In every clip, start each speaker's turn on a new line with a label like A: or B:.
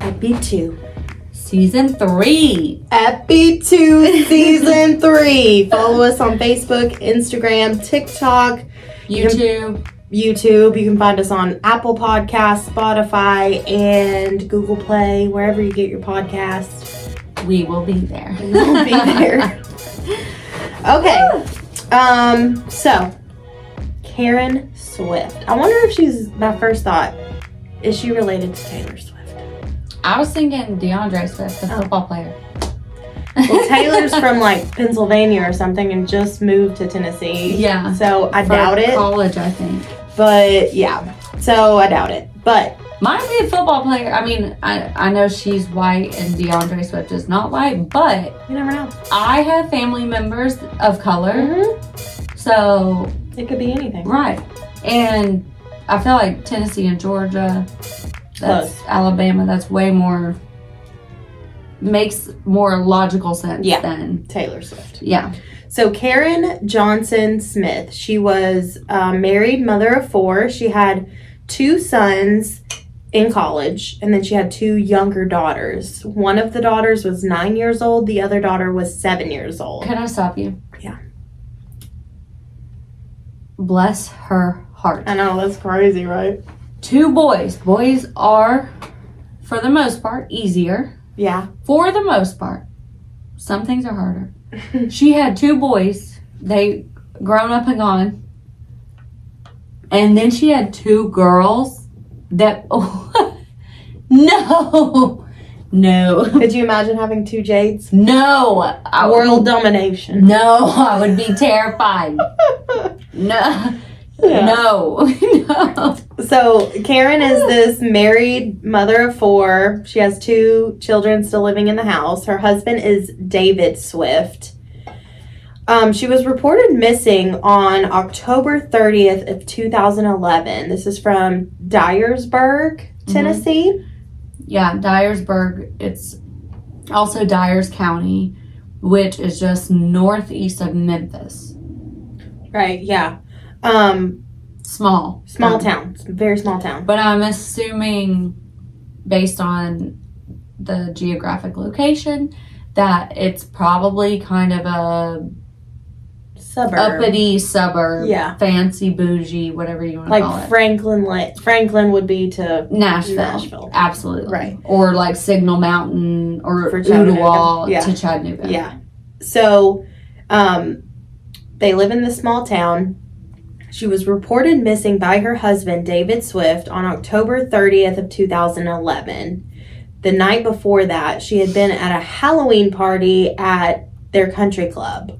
A: Epi 2.
B: Season three.
A: Epi 2 Season 3. Follow us on Facebook, Instagram, TikTok,
B: YouTube.
A: YouTube. You can find us on Apple Podcasts, Spotify, and Google Play, wherever you get your podcasts.
B: We will be there.
A: We will be there. Okay. Um, so Karen Swift. I wonder if she's my first thought. Is she related to Taylor Swift?
B: I was thinking DeAndre Swift, the
A: Oh.
B: football player.
A: Well, Taylor's from like Pennsylvania or something and just moved to Tennessee.
B: Yeah.
A: So I
B: For
A: doubt it.
B: College, I think.
A: But yeah. So I doubt it. But
B: Might be a football player. I mean, I, I know she's white and DeAndre Swift is not white, but
A: you never know.
B: I have family members of color.
A: Mhm.
B: So,
A: It could be anything.
B: right. And I feel like Tennessee and Georgia, that's
A: Close.
B: Alabama, that's way more, makes more logical sense
A: Yeah.
B: than,
A: Taylor Swift.
B: yeah.
A: So Karen Johnson Smith. She was a married mother of four. She had two sons in college, and then she had two younger daughters. One of the daughters was nine years old. The other daughter was seven years old.
B: Can I stop you?
A: Yeah.
B: Bless her heart.
A: I know that's crazy, right?
B: Two boys. Boys are, for the most part, easier.
A: Yeah.
B: For the most part, some things are harder. she had two boys. They grown up and gone. And then she had two girls that. no! No.
A: Could you imagine having two Jades?
B: No! I would-
A: World domination.
B: No, I would be terrified. No.
A: Yeah.
B: No. no.
A: So Karen is this married mother of four. She has two children still living in the house. Her husband is David Swift. Um, she was reported missing on October 30th of 2011. This is from Dyersburg, Tennessee.
B: Yeah, Dyersburg. It's also Dyers County, which is just northeast of Memphis.
A: Right, yeah. Um,
B: Small.
A: small
B: Um,
A: town, very small town.
B: But I'm assuming, based on the geographic location, that it's probably kind of a
A: Suburb.
B: uppity suburb,
A: Yeah.
B: fancy bougie, whatever you want to call
A: like
B: it.
A: Franklin, li- Franklin would be to
B: Nashville.
A: Nashville.
B: Absolutely.
A: Right.
B: Or like Signal Mountain or
A: For Chattanooga.
B: Ooltewah
A: Yeah.
B: to Chattanooga.
A: Yeah. So, um, they live in this small town. She was reported missing by her husband, David Swift, on October 30th of 2011. The night before that, she had been at a Halloween party at their country club.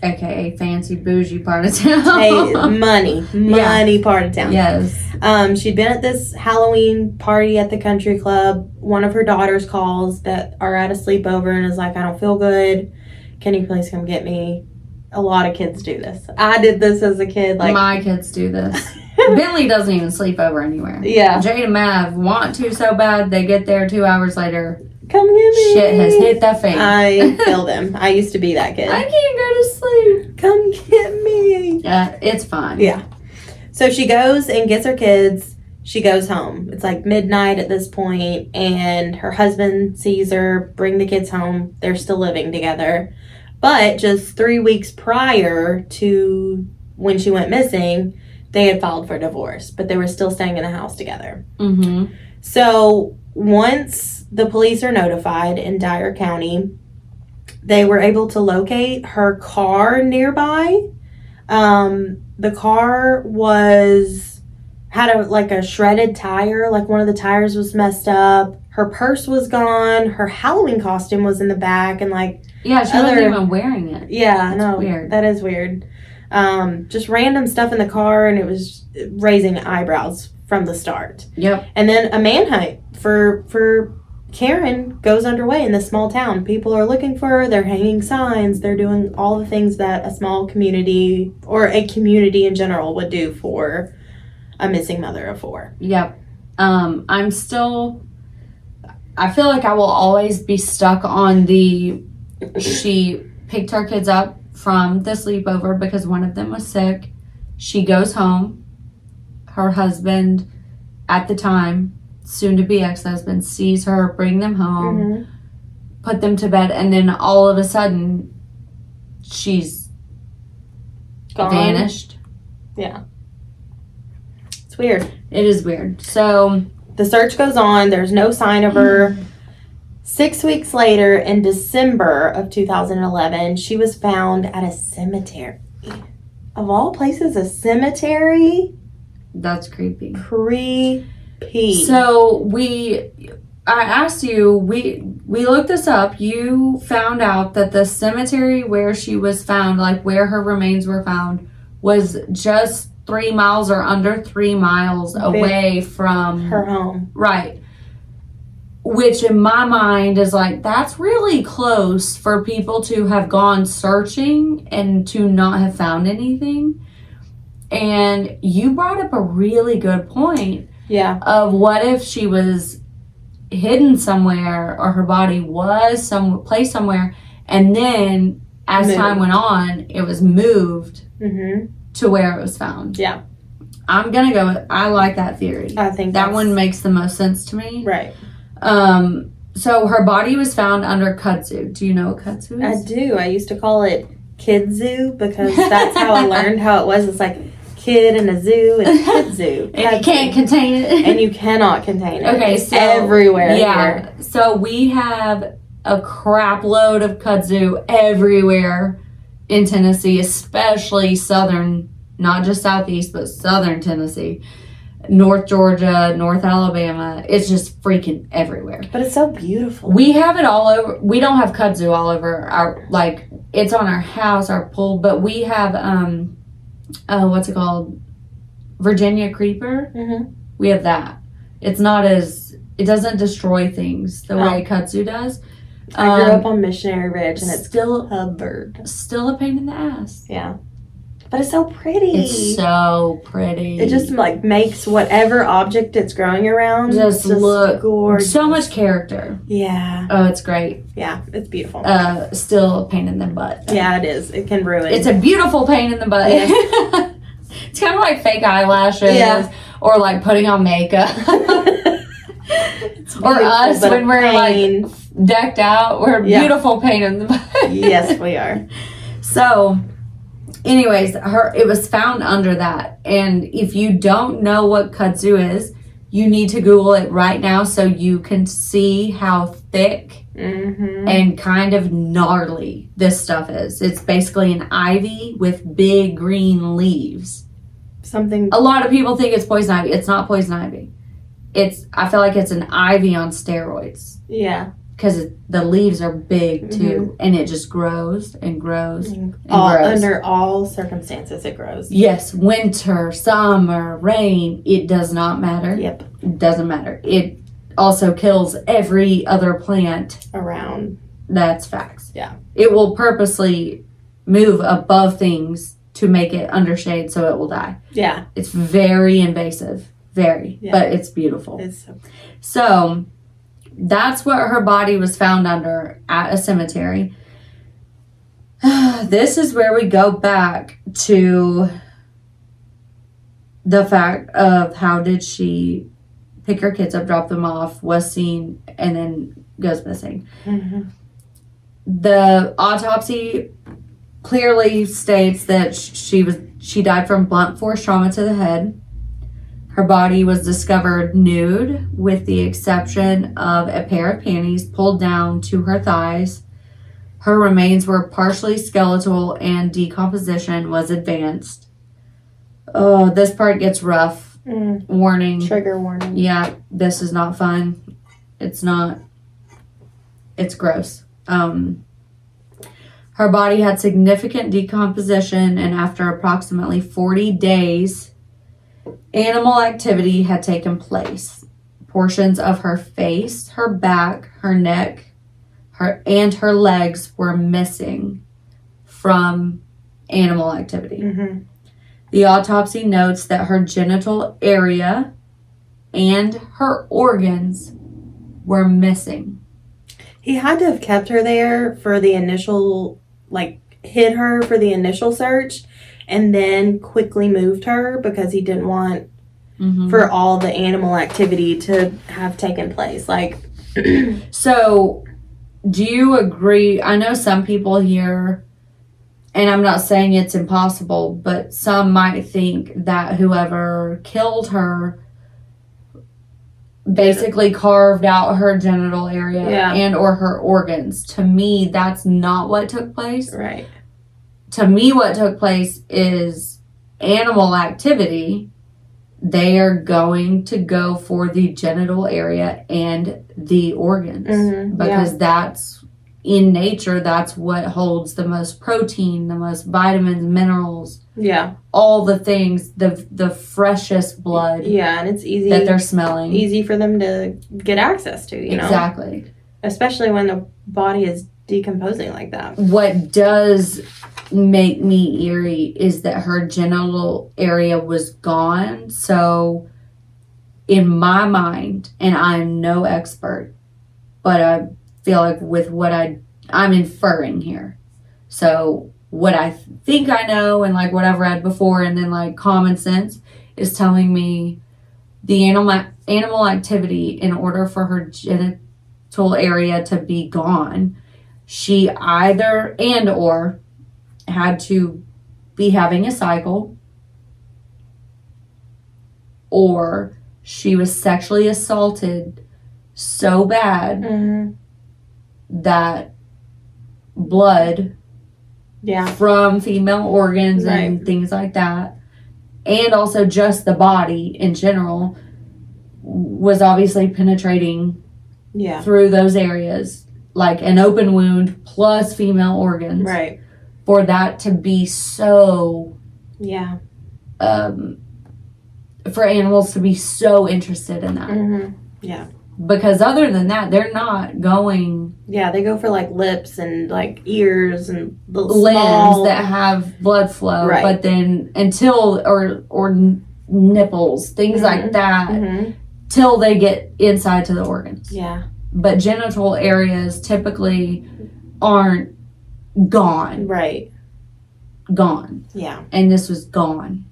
B: AKA fancy bougie part of town.
A: Hey, mm. money, money part of town.
B: Yes.
A: Um, she'd been at this Halloween party at the country club. One of her daughters calls that are at a sleepover and is like, I don't feel good. Can you please come get me? A lot of kids do this. I did this as a kid. Like,
B: My kids do this. Bentley doesn't even sleep over anywhere.
A: yeah,
B: Jade and Mav want to so bad they get there two hours later.
A: come get me.
B: Shit has hit the fan.
A: I feel them. I used to be that kid.
B: I can't go to sleep.
A: come get me.
B: Uh, it's fine.
A: Yeah. So she goes and gets her kids. She goes home. It's like midnight at this point, and her husband sees her bring the kids home. They're still living together. But just three weeks prior to when she went missing, they had filed for divorce, but they were still staying in the house together.
B: hmm
A: So once the police are notified in Dyer County, they were able to locate her car nearby. Um, the car was had a like a shredded tire, like one of the tires was messed up. Her purse was gone. Her Halloween costume was in the back, and like
B: Yeah, she
A: Other-
B: wasn't even wearing it.
A: yeah,
B: That's
A: no,
B: weird.
A: that is weird. Um, just random stuff in the car, and it was raising eyebrows from the start.
B: Yep.
A: And then a manhunt for for Karen goes underway in this small town. People are looking for her. They're hanging signs. They're doing all the things that a small community or a community in general would do for a missing mother of four.
B: Yep. Um, I'm still. I feel like I will always be stuck on the. She picked her kids up from the sleepover because one of them was sick. She goes home. Her husband, at the time, soon to be ex husband sees her, bring them home,
A: Mhm.
B: put them to bed, and then all of a sudden she's
A: Gone.
B: vanished.
A: It's weird.
B: It is weird. So
A: The search goes on. There's no sign of her. Six weeks later, in December of 2011, she was found at a cemetery. Of all places, a cemetery?
B: that's creepy.
A: Creepy.
B: So we, I asked you. We we looked this up. You found out that the cemetery where she was found, like where her remains were found, was just three miles or under three miles away from
A: her home.
B: Right. Which in my mind is like that's really close for people to have gone searching and to not have found anything. And you brought up a really good point
A: Yeah.
B: of what if she was hidden somewhere or her body was some place somewhere and then as
A: Moved.
B: time went on it was moved
A: Mm-hmm.
B: to where it was found
A: Yeah.
B: i'm gonna go with i like that theory
A: I think
B: that
A: that's-
B: one makes the most sense to me
A: Right.
B: um so her body was found under kudzu do you know what kudzu
A: I
B: is
A: do. I used to call it Kid Zoo because that's how I learned how it was. It's like kid in a zoo and kid zoo.
B: and you can't contain it
A: and you cannot contain it.
B: Okay,
A: It's
B: so
A: everywhere.
B: Yeah.
A: here.
B: So we have a crap load of kudzu everywhere in Tennessee, especially southern, not just southeast, but southern Tennessee, North Georgia, North Alabama. It's just freaking everywhere.
A: But it's so beautiful.
B: We have it all over. We don't have kudzu all over our like. It's on our house, our pool, but we have um, oh, what's it called? Virginia creeper.
A: Mhm.
B: We have that. It's not as it doesn't destroy things the way kudzu does.
A: Oh. I grew
B: Um,
A: up on Missionary Ridge and it's
B: still
A: covered.
B: still a pain in the ass.
A: Yeah. But it's so pretty.
B: It's so pretty.
A: it just like makes whatever object it's growing around
B: Just look
A: gorgeous.
B: so much character.
A: Yeah.
B: Oh, it's great.
A: Yeah. It's beautiful.
B: Uh, still a pain in the butt. though.
A: yeah, it is. It can ruin.
B: It's a beautiful pain in the butt. it's kind of like fake eyelashes
A: Yeah.
B: or like putting on makeup.
A: It's
B: Or
A: beautiful,
B: us
A: but a
B: when we're, like-
A: pain.
B: Decked out, we're a
A: Yeah.
B: beautiful pain in the butt.
A: yes, we are.
B: So, anyways, her it was found under that. And if you don't know what kudzu is, you need to Google it right now so you can see how thick
A: Mm-hmm.
B: and kind of gnarly this stuff is. It's basically an ivy with big green leaves.
A: Something.
B: A lot of people think it's poison ivy. It's not poison ivy. It's I feel like it's an ivy on steroids
A: Yeah.
B: because the leaves are big
A: Mm-hmm.
B: too, and it just grows and grows and
A: All,
B: grows.
A: under all circumstances, it grows.
B: Yes, winter, summer, rain, it does not matter.
A: Yep.
B: It doesn't matter. It also kills every other plant.
A: Around.
B: That's facts.
A: Yeah.
B: It will purposely move above things to make it under shade so it will die.
A: Yeah.
B: It's very invasive. Very.
A: Yeah.
B: But it's beautiful.
A: It's so
B: So that's what her body was found under at a cemetery. this is where we go back to the fact of how did she pick her kids up, drop them off, was seen, and then goes missing.
A: Mhm.
B: The autopsy clearly states that sh- she was she died from blunt force trauma to the head. Her body was discovered nude, with the exception of a pair of panties pulled down to her thighs. Her remains were partially skeletal and decomposition was advanced. Oh, this part gets rough.
A: Mm.
B: Warning.
A: Trigger warning.
B: Yeah, this is not fun. It's not. It's gross. Um, her body had significant decomposition, and after approximately 40 days, animal activity had taken place. Portions of her face, her back, her neck, her and her legs were missing from animal activity.
A: Mm-hmm.
B: The autopsy notes that her genital area and her organs were missing.
A: He had to have kept her there for the initial, like, hid her for the initial search and then quickly moved her because he didn't want
B: Mhm.
A: for all the animal activity to have taken place. Like,
B: So, do you agree? I know some people here, and I'm not saying it's impossible, but some might think that whoever killed her basically carved out her genital area
A: Yeah.
B: and or her organs. To me, that's not what took place.
A: right.
B: To me, what took place is animal activity. They are going to go for the genital area and the organs
A: Mhm,
B: because that's in nature that's what holds the most protein the most vitamins minerals
A: yeah.
B: all the things the the freshest blood
A: Yeah. And it's easy.
B: that they're smelling
A: easy for them to get access to, you know,
B: exactly
A: especially when the body is decomposing like that.
B: what does make me eerie is that her genital area was gone so in my mind and i'm no expert but i feel like with what i i'm inferring here so what i think i know and like what i've read before and then like common sense is telling me the animal animal activity in order for her genital area to be gone she either and or had to be having a cycle or she was sexually assaulted so bad
A: Mm-hmm.
B: that blood
A: Yeah.
B: from female organs and things like that and also just the body in general was obviously penetrating
A: Yeah.
B: through those areas, like an open wound plus female organs,
A: Right.
B: for that to be so,
A: Yeah.
B: um, for animals to be so interested in that.
A: Mm-hmm.
B: Because other than that, they're not going
A: Yeah. They go for like lips and like ears and the
B: limbs
A: small.
B: that have blood flow,
A: Right.
B: but then until or or n- nipples, things like
A: Mhm.
B: that,
A: hmm
B: till they get inside to the organs.
A: Yeah.
B: But genital areas typically aren't gone,
A: Right.
B: gone.
A: Yeah.
B: and this was gone.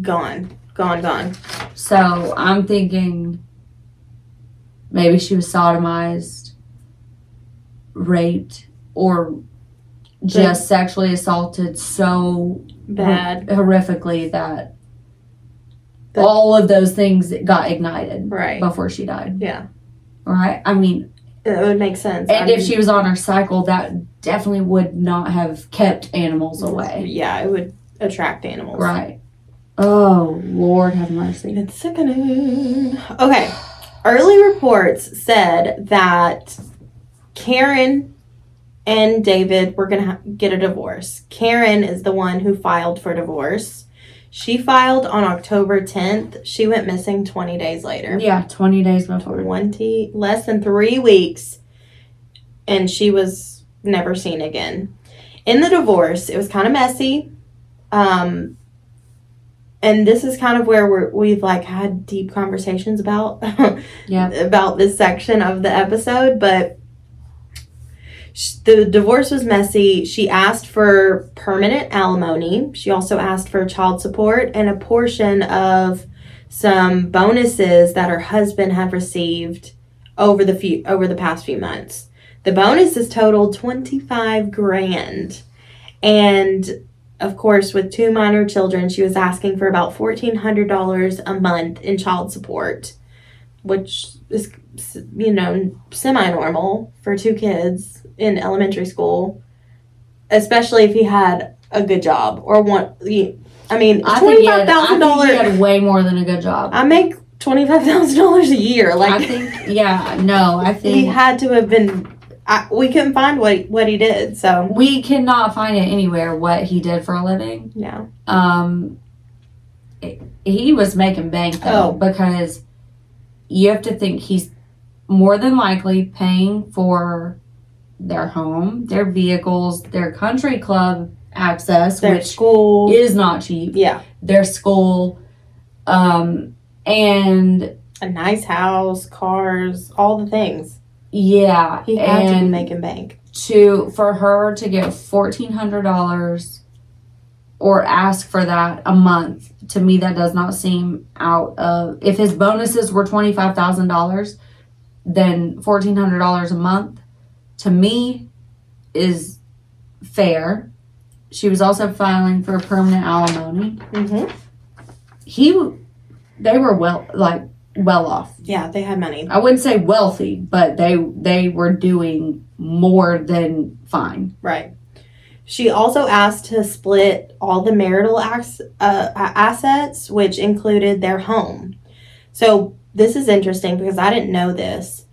A: Gone. Gone. Gone.
B: So I'm thinking maybe she was sodomized, raped, or just sexually assaulted so
A: Bad.
B: hor- horrifically that
A: That-
B: all of those things got ignited
A: Right.
B: before she died.
A: Yeah.
B: Right? I mean,
A: It would make sense.
B: and
A: I
B: if she was on her cycle, that definitely would not have kept animals away.
A: Yeah. It would attract animals.
B: Right. Oh, Lord have mercy.
A: It's sickening. Okay. Early reports said that Karen and David were going to ha- get a divorce. Karen is the one who filed for divorce. She filed on October 10th. She went missing 20 days later.
B: Yeah, 20 days before.
A: 20, less than three weeks, and she was never seen again. In the divorce, it was kind of messy. Um, and this is kind of where we're, we've like had deep conversations about
B: Yeah.
A: about this section of the episode, but sh- the divorce was messy. She asked for permanent alimony. She also asked for child support and a portion of some bonuses that her husband had received over the few over the past few months. The bonuses totaled 25 grand. And of course, with two minor children, she was asking for about $1400 a month in child support which is you know semi-normal for two kids in elementary school especially if he had a good job or one i mean
B: I think,
A: $25000
B: he had, I think he had way more than a good job.
A: i make $25000 a year
B: I
A: like
B: think, yeah, no, I
A: he
B: think
A: had to have been I, we couldn't find what what he did so
B: we cannot find it anywhere what he did for a living.
A: yeah
B: Um, it- he was making bank though
A: Oh.
B: because you have to think he's more than likely paying for their home, their vehicles, their country club access,
A: their
B: which
A: school
B: is not cheap,
A: yeah
B: their school, um, and
A: a nice house cars all the things
B: Yeah,
A: he had to be
B: and
A: making bank
B: to for her to get fourteen hundred dollars or ask for that a month. To me, that does not seem out of. If his bonuses were twenty five thousand dollars, then fourteen hundred dollars a month, to me, is fair. She was also filing for permanent alimony.
A: Mm-hmm.
B: He, w- they were well like well off.
A: Yeah, they had money.
B: I wouldn't say wealthy, but they they were doing more than fine.
A: Right. She also asked to split all the marital ass, uh, a- assets, which included their home. So this is interesting because I didn't know this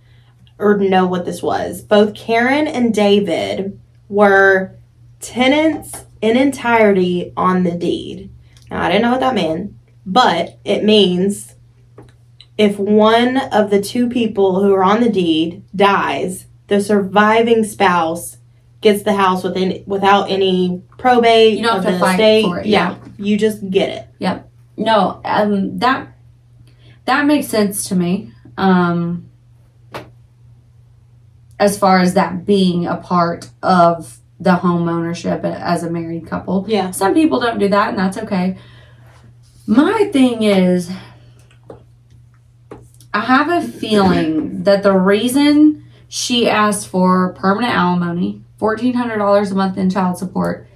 A: or know what this was. Both Karen and David were tenants in entirety on the deed. Now I didn't know what that meant, but it means if one of the two people who are on the deed dies, the surviving spouse gets the house with any, without any probate.
B: You don't
A: of
B: have to
A: the
B: fight
A: estate.
B: for it,
A: you just get it.
B: No, um, that that makes sense to me. Um, as far as that being a part of the home ownership as a married couple,
A: Yeah,
B: some people don't do that, and that's okay. My thing is, I have a feeling that the reason she asked for permanent alimony, fourteen hundred dollars a month in child support,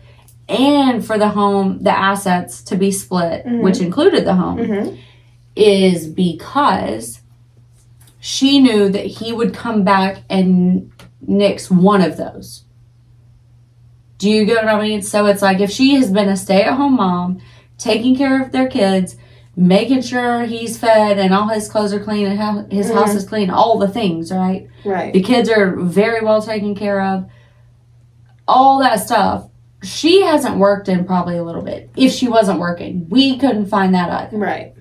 B: and for the home, the assets to be split,
A: Mhm.
B: which included the home,
A: mm-hmm.
B: is because she knew that he would come back and nix one of those. Do you get what I mean? So it's like if she has been a stay at home mom, taking care of their kids, making sure he's fed and all his clothes are clean and ho- his house
A: Mhm.
B: is clean, all the things, right?
A: right.
B: The kids are very well taken care of, all that stuff. She hasn't worked in probably a little bit. If she wasn't working, we couldn't find that either
A: Right.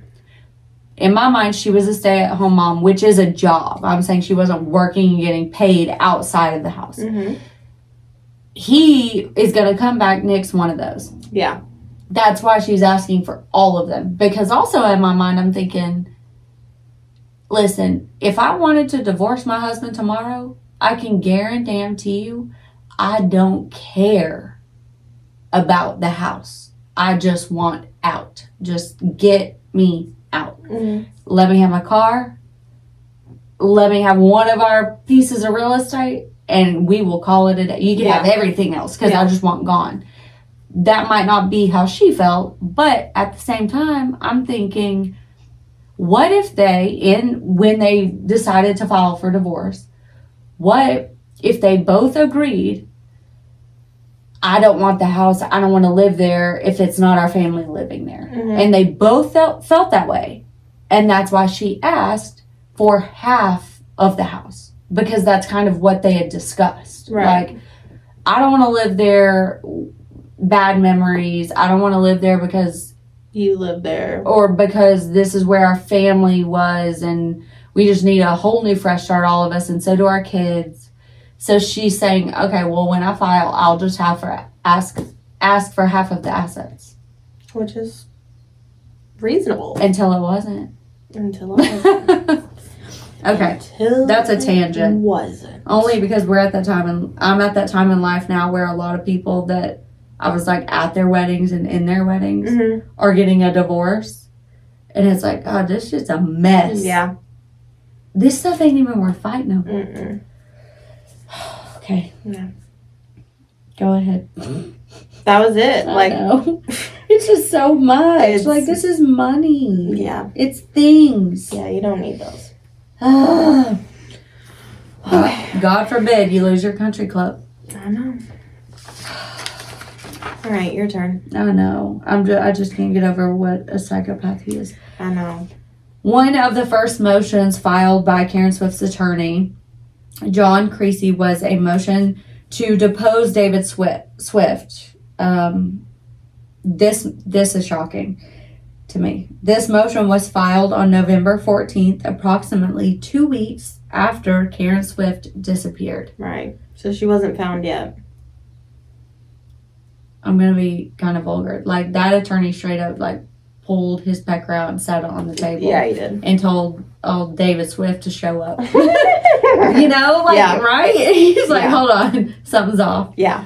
B: in my mind, she was a stay at home mom, which is a job. I'm saying she wasn't working and getting paid outside of the house.
A: hmm
B: He is going to come back next one of those.
A: Yeah.
B: That's why she's asking for all of them. Because also in my mind, I'm thinking, listen, if I wanted to divorce my husband tomorrow, I can guarantee you, I don't care about the house. I just want out. Just get me out
A: Mm-hmm.
B: let me have my car, let me have one of our pieces of real estate, and we will call it a day. You can
A: Yeah.
B: have everything else because I
A: Yeah.
B: just want gone. That might not be how she felt, but at the same time, I'm thinking, what if they, in when they decided to file for divorce, what if they both agreed? I don't want the house. I don't want to live there if it's not our family living there.
A: Mhm.
B: And they both felt felt that way. And that's why she asked for half of the house because that's kind of what they had discussed.
A: Right.
B: Like, I don't want to live there, bad memories. I don't want to live there because,
A: You live there.
B: or because this is where our family was and we just need a whole new fresh start, all of us, and so do our kids. So she's saying, okay, well, when I file, I'll just have for ask ask for half of the assets
A: which is reasonable
B: until it wasn't.
A: until it wasn't.
B: okay.
A: Until
B: That's a
A: it
B: tangent.
A: Wasn't
B: Only because we're at that time, and I'm at that time in life now where a lot of people that I was like at their weddings and in their weddings
A: Mhm.
B: are getting a divorce, and it's like, oh, this shit's a mess.
A: Yeah.
B: this stuff ain't even worth fighting over.
A: Mm-mm. Mm.
B: Okay,
A: No.
B: go ahead.
A: That was it.
B: Like,
A: like
B: it's just so much.
A: It's-
B: like, this is money.
A: yeah,
B: It's things.
A: yeah. You don't need those.
B: Ugh. God forbid you lose your country club.
A: I know. All right, your turn.
B: I know. I'm. Ju- I just can't get over what a psychopath he is.
A: I know.
B: One of the first motions filed by Karen Swift's attorney, John Creasy, was a motion to depose David Swift. Swift. Um, this this is shocking to me. This motion was filed on November 14th, approximately two weeks after Karen Swift disappeared.
A: Right. So she wasn't found yet.
B: I'm gonna be kind of vulgar. Like that attorney straight up like pulled his pecker out and sat it on the table.
A: Yeah, you did.
B: and told old David Swift to show up. you know, like
A: Yeah.
B: right? He's like,
A: Yeah.
B: hold on, something's off.
A: yeah.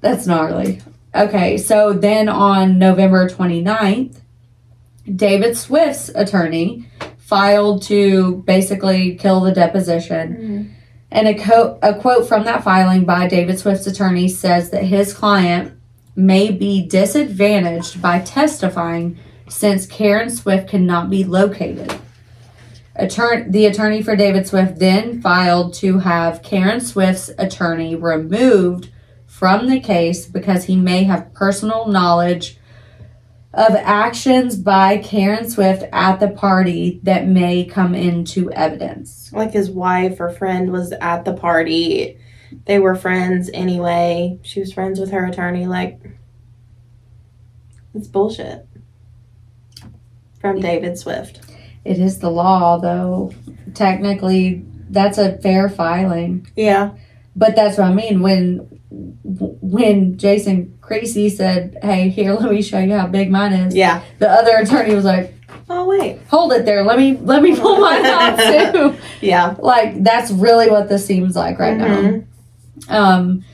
B: That's gnarly. Okay, so then on November 29th, David Swift's attorney filed to basically kill the deposition.
A: Mm-hmm.
B: And a, co- a quote from that filing by David Swift's attorney says that his client may be disadvantaged by testifying since Karen Swift cannot be located. Attorn- the attorney for David Swift then filed to have Karen Swift's attorney removed from the case because he may have personal knowledge of actions by Karen Swift at the party that may come into evidence.
A: Like his wife or friend was at the party. They were friends anyway. She was friends with her attorney. Like, it's bullshit. From David Swift.
B: It is the law, though. Technically, that's a fair filing.
A: Yeah.
B: But that's what I mean when when Jason Creasy said, "Hey, here, let me show you how big mine is."
A: Yeah.
B: The other attorney was like,
A: Oh, wait.
B: "Hold it there. Let me let me pull mine out too."
A: Yeah.
B: Like that's really what this seems like right now.
A: Mhm.
B: Um,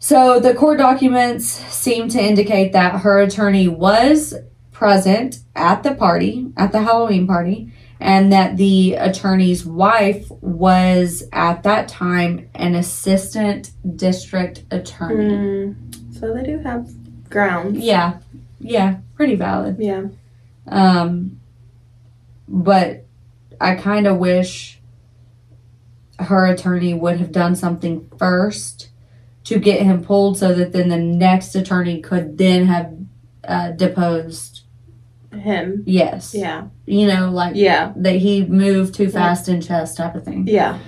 B: so the court documents seem to indicate that her attorney was present at the party, at the Halloween party, and that the attorney's wife was at that time an assistant district attorney.
A: Mm. So they do have grounds.
B: Yeah, yeah, pretty valid.
A: Yeah.
B: Um, but I kind of wish her attorney would have done something first to get him pulled so that then the next attorney could then have uh, deposed.
A: Him.
B: Yes.
A: Yeah.
B: You know, like
A: Yeah.
B: that he moved too fast in chess type of thing.
A: Yeah.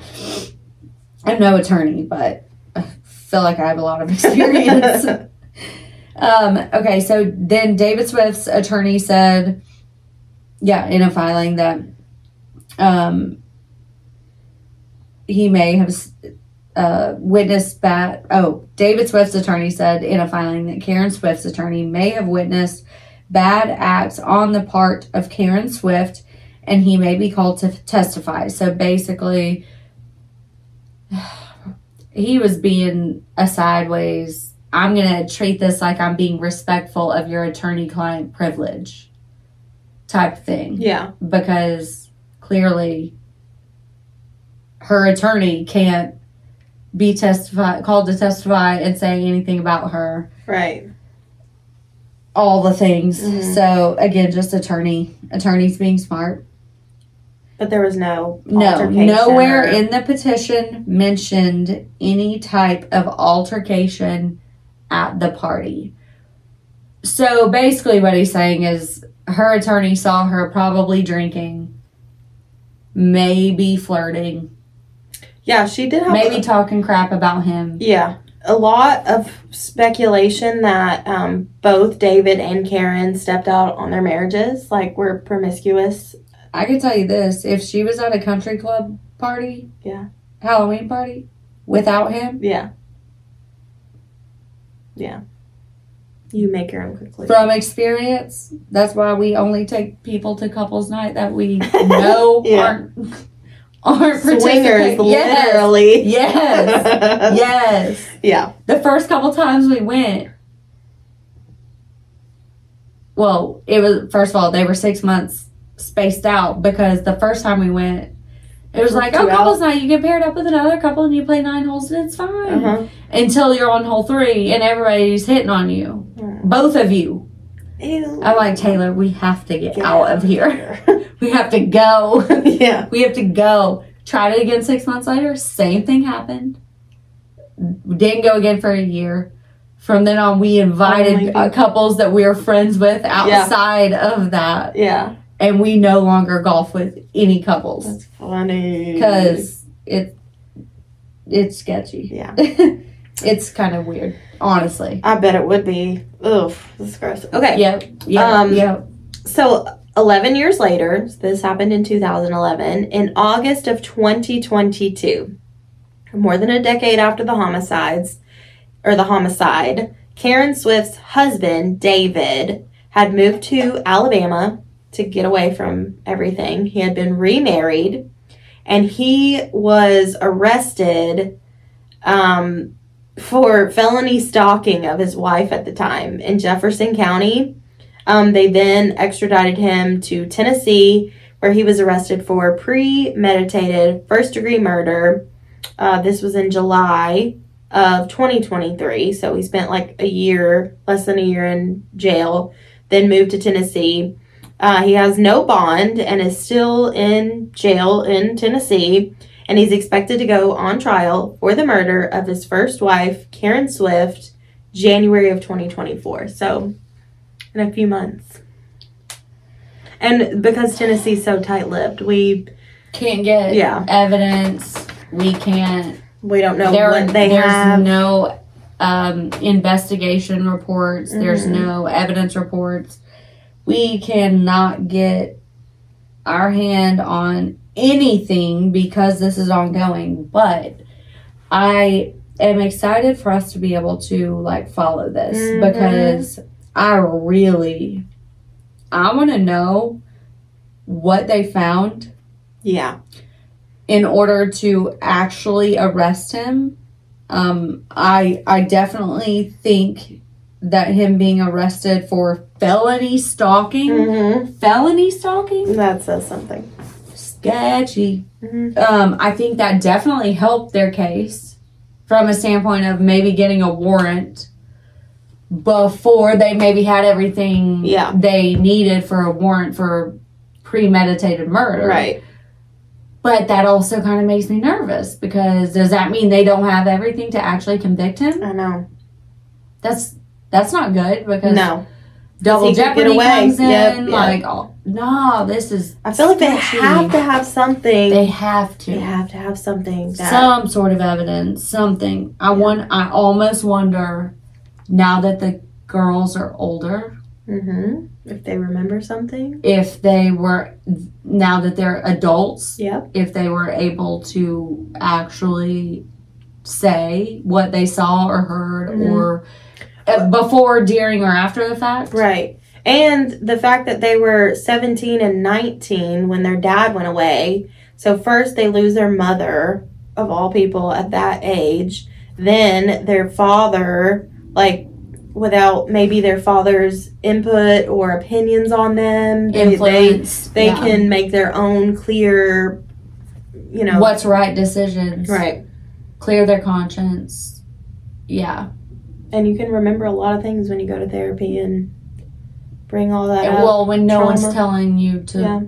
B: I'm no attorney, but I feel like I have a lot of experience. Um, okay, so then David Swift's attorney said, yeah, in a filing that um, he may have uh, witnessed bad. Oh, David Swift's attorney said in a filing that Karen Swift's attorney may have witnessed bad acts on the part of Karen Swift and he may be called to testify. So basically, he was being a sideways. I'm going to treat this like I'm being respectful of your attorney client privilege type thing
A: yeah.
B: because clearly her attorney can't be testify called to testify and say anything about her
A: Right.
B: all the things
A: Mhm.
B: so again just attorney attorneys being smart
A: But there was no.
B: no
A: altercation
B: nowhere
A: or-
B: in the petition mentioned any type of altercation at the party so basically what he's saying is her attorney saw her probably drinking maybe flirting
A: Yeah, she did have.
B: maybe talking crap about him.
A: Yeah. A lot of speculation that um, both David and Karen stepped out on their marriages, like were promiscuous.
B: I can tell you this: if she was at a country club party,
A: Yeah.
B: Halloween party, without him,
A: Yeah. Yeah. You make your own conclusion.
B: from experience, that's why we only take people to couples night that we know
A: Yeah.
B: aren't aren't
A: Swingers,
B: participating. Yes,
A: literally.
B: yes, yes.
A: yeah.
B: The first couple times we went. Well, it was first of all they were six months spaced out because the first time we went, it was like,
A: Two
B: oh, couples night. You get paired up with another couple and you play nine holes and it's fine
A: Uh-huh.
B: until you're on hole three and everybody's hitting on you, both of you.
A: Ew.
B: I'm like Taylor, we have to get
A: Get
B: out of here. We have to go.
A: yeah.
B: We have to go. Tried it again six months later. Same thing happened. Didn't go again for a year. From then on, we
A: Only
B: invited
A: people-
B: uh, couples that we were friends with outside of that,
A: Yeah.
B: and we no longer golf with any couples
A: That's funny.
B: because it it's sketchy.
A: Yeah.
B: it's kind of weird, honestly.
A: I bet it would be. Oof. This is gross. Okay.
B: Yep. Yep.
A: Um,
B: yep.
A: So, 11 years later, this happened in 2011, in August of 2022, more than a decade after the homicides, or the homicide, Karen Swift's husband, David, had moved to Alabama to get away from everything. He had been remarried and he was arrested um, for felony stalking of his wife at the time in Jefferson County. Um, they then extradited him to Tennessee, where he was arrested for premeditated first degree murder. Uh, this was in July of 2023. So he spent like a year, less than a year in jail, then moved to Tennessee. Uh, he has no bond and is still in jail in Tennessee. And he's expected to go on trial for the murder of his first wife, Karen Swift, January of 2024. So in a few months. And because Tennessee's so tight lipped, we
B: Can't get
A: Yeah.
B: evidence. We can't.
A: we don't know
B: there,
A: what they
B: there's
A: have.
B: no um, investigation reports. There's
A: Mhm.
B: no evidence reports. We cannot get our hand on anything because this is ongoing. But I am excited for us to be able to like follow this
A: Mhm.
B: because I really I want to know what they found
A: yeah.
B: in order to actually arrest him. Um, I I definitely think that him being arrested for felony stalking,
A: Mm-hmm.
B: felony stalking,
A: That says something.
B: sketchy.
A: Mm-hmm.
B: Um, I think that definitely helped their case from a standpoint of maybe getting a warrant before they maybe had everything
A: Yeah.
B: they needed for a warrant for premeditated murder.
A: Right.
B: But that also kind of makes me nervous because does that mean they don't have everything to actually convict him?
A: I know.
B: That's that's not good because
A: No.
B: double
A: He could get
B: jeopardy
A: away.
B: comes in.
A: Yep, yep.
B: Like, oh, no, this is.
A: I feel like they
B: sketchy.
A: have to have something.
B: They
A: They,
B: have to.
A: have to have something. That,
B: Some sort of evidence, something. I want. I almost wonder now that the girls are older
A: hmm If they remember something.
B: if they were now that they're adults
A: Yep.
B: if they were able to actually say what they saw or heard
A: Mhm.
B: or uh, before, during, or after the fact.
A: Right. And the fact that they were 17 and 19 when their dad went away. So, first they lose their mother, of all people, at that age. Then their father, like, without maybe their father's input or opinions on them, they, they,
B: Influence.
A: they
B: yeah.
A: can make their own clear, you know.
B: What's right decisions.
A: Right.
B: Clear their conscience. Yeah.
A: And you can remember a lot of things when you go to therapy and bring all that
B: And,
A: up.
B: well, when no one's
A: trauma.
B: telling you to
A: yeah.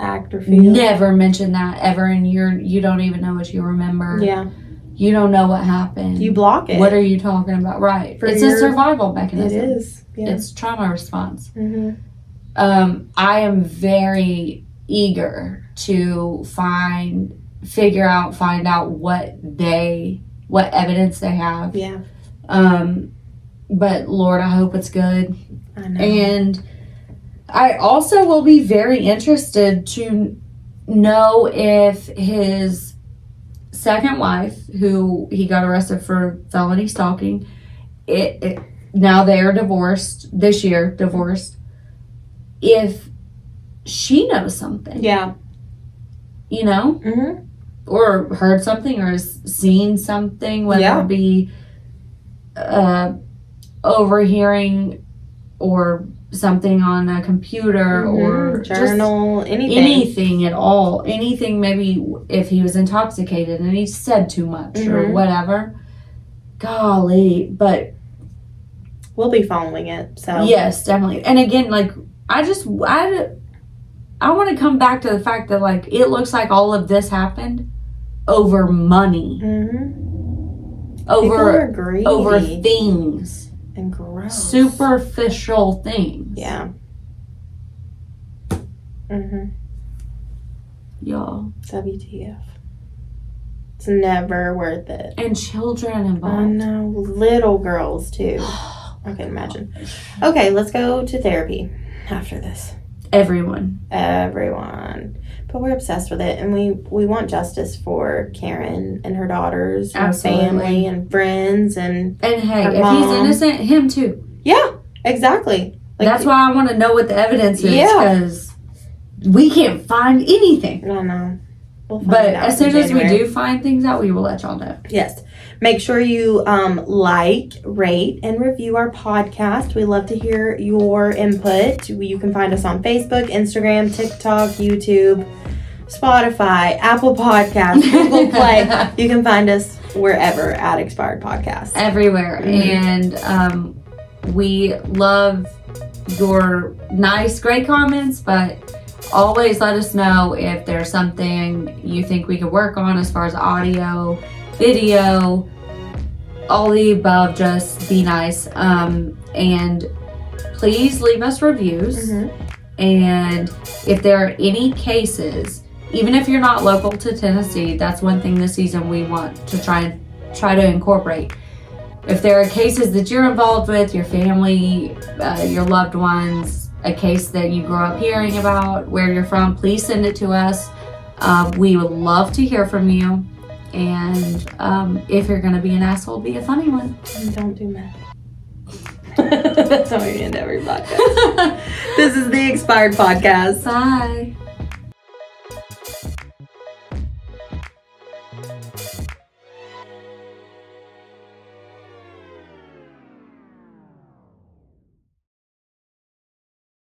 A: Act or feel.
B: never mention that ever, and you're you don't even know what you remember.
A: Yeah,
B: You don't know what happened.
A: you block it.
B: Mm-hmm. What are you talking about? Right.
A: For
B: it's a
A: your-
B: survival
A: it
B: mechanism.
A: is. Yeah.
B: It's trauma response.
A: hmm
B: um, I am very eager to find, figure out, find out what they, what evidence they have.
A: Yeah,
B: Um, but Lord, I hope it's good.
A: I know.
B: And I also will be very interested to know if his second wife, who he got arrested for felony stalking, it, it now they are divorced this year, divorced. If she knows something,
A: yeah.
B: you know,
A: hmm
B: or heard something or has seen something, whether
A: Yeah.
B: it be uh, overhearing or something on a computer or just
A: Mm-hmm. journal, anything.
B: anything at all, anything maybe if he was intoxicated and he said too much or
A: Mhm.
B: whatever. Golly, but
A: We'll be following it. So
B: yes, definitely. And again, like I just I I want to come back to the fact that like it looks like all of this happened over money.
A: hmm People
B: over
A: are greedy
B: over things,
A: and gross.
B: superficial things.
A: Yeah. hmm
B: y'all,
A: WTF? It's never worth it.
B: and children
A: Oh
B: involved.
A: no, little girls too. I can imagine.
B: Oh
A: Okay, let's go to therapy after this.
B: Everyone,
A: Everyone, but we're obsessed with it, and we we want justice for Karen and her daughters, and her
B: Absolutely.
A: family, and friends, and
B: and hey,
A: Her
B: if he's
A: mom.
B: innocent, him too.
A: yeah, exactly.
B: That's why I want to know what the evidence is
A: Yeah.
B: because we can't find anything.
A: I know. We'll find
B: But
A: out
B: as
A: in
B: soon as we
A: January.
B: do find things out, we will let y'all know.
A: Yes. Make sure you um, like, rate, and review our podcast. We love to hear your input. You can find us on Facebook, Instagram, TikTok, YouTube, Spotify, Apple Podcasts, Google Play. You can find us wherever at Expired Podcast.
B: Everywhere.
A: Mhm.
B: And um, we love your nice, great comments, but always let us know if there's something you think we could work on as far as audio, video, all the above. Just be nice. Um, and please leave us reviews.
A: Mhm.
B: And if there are any cases, even if you're not local to Tennessee, that's one thing this season we want to try and try to incorporate. If there are cases that you're involved with, your family, uh, your loved ones, a case that you grew up hearing about, where you're from, please send it to us. Um, we would love to hear from you. And um, if you're going to be an asshole, be a funny one.
A: And Mm-hmm. Don't do math. That's how we end every podcast. This is the Expired Podcast.
B: Bye.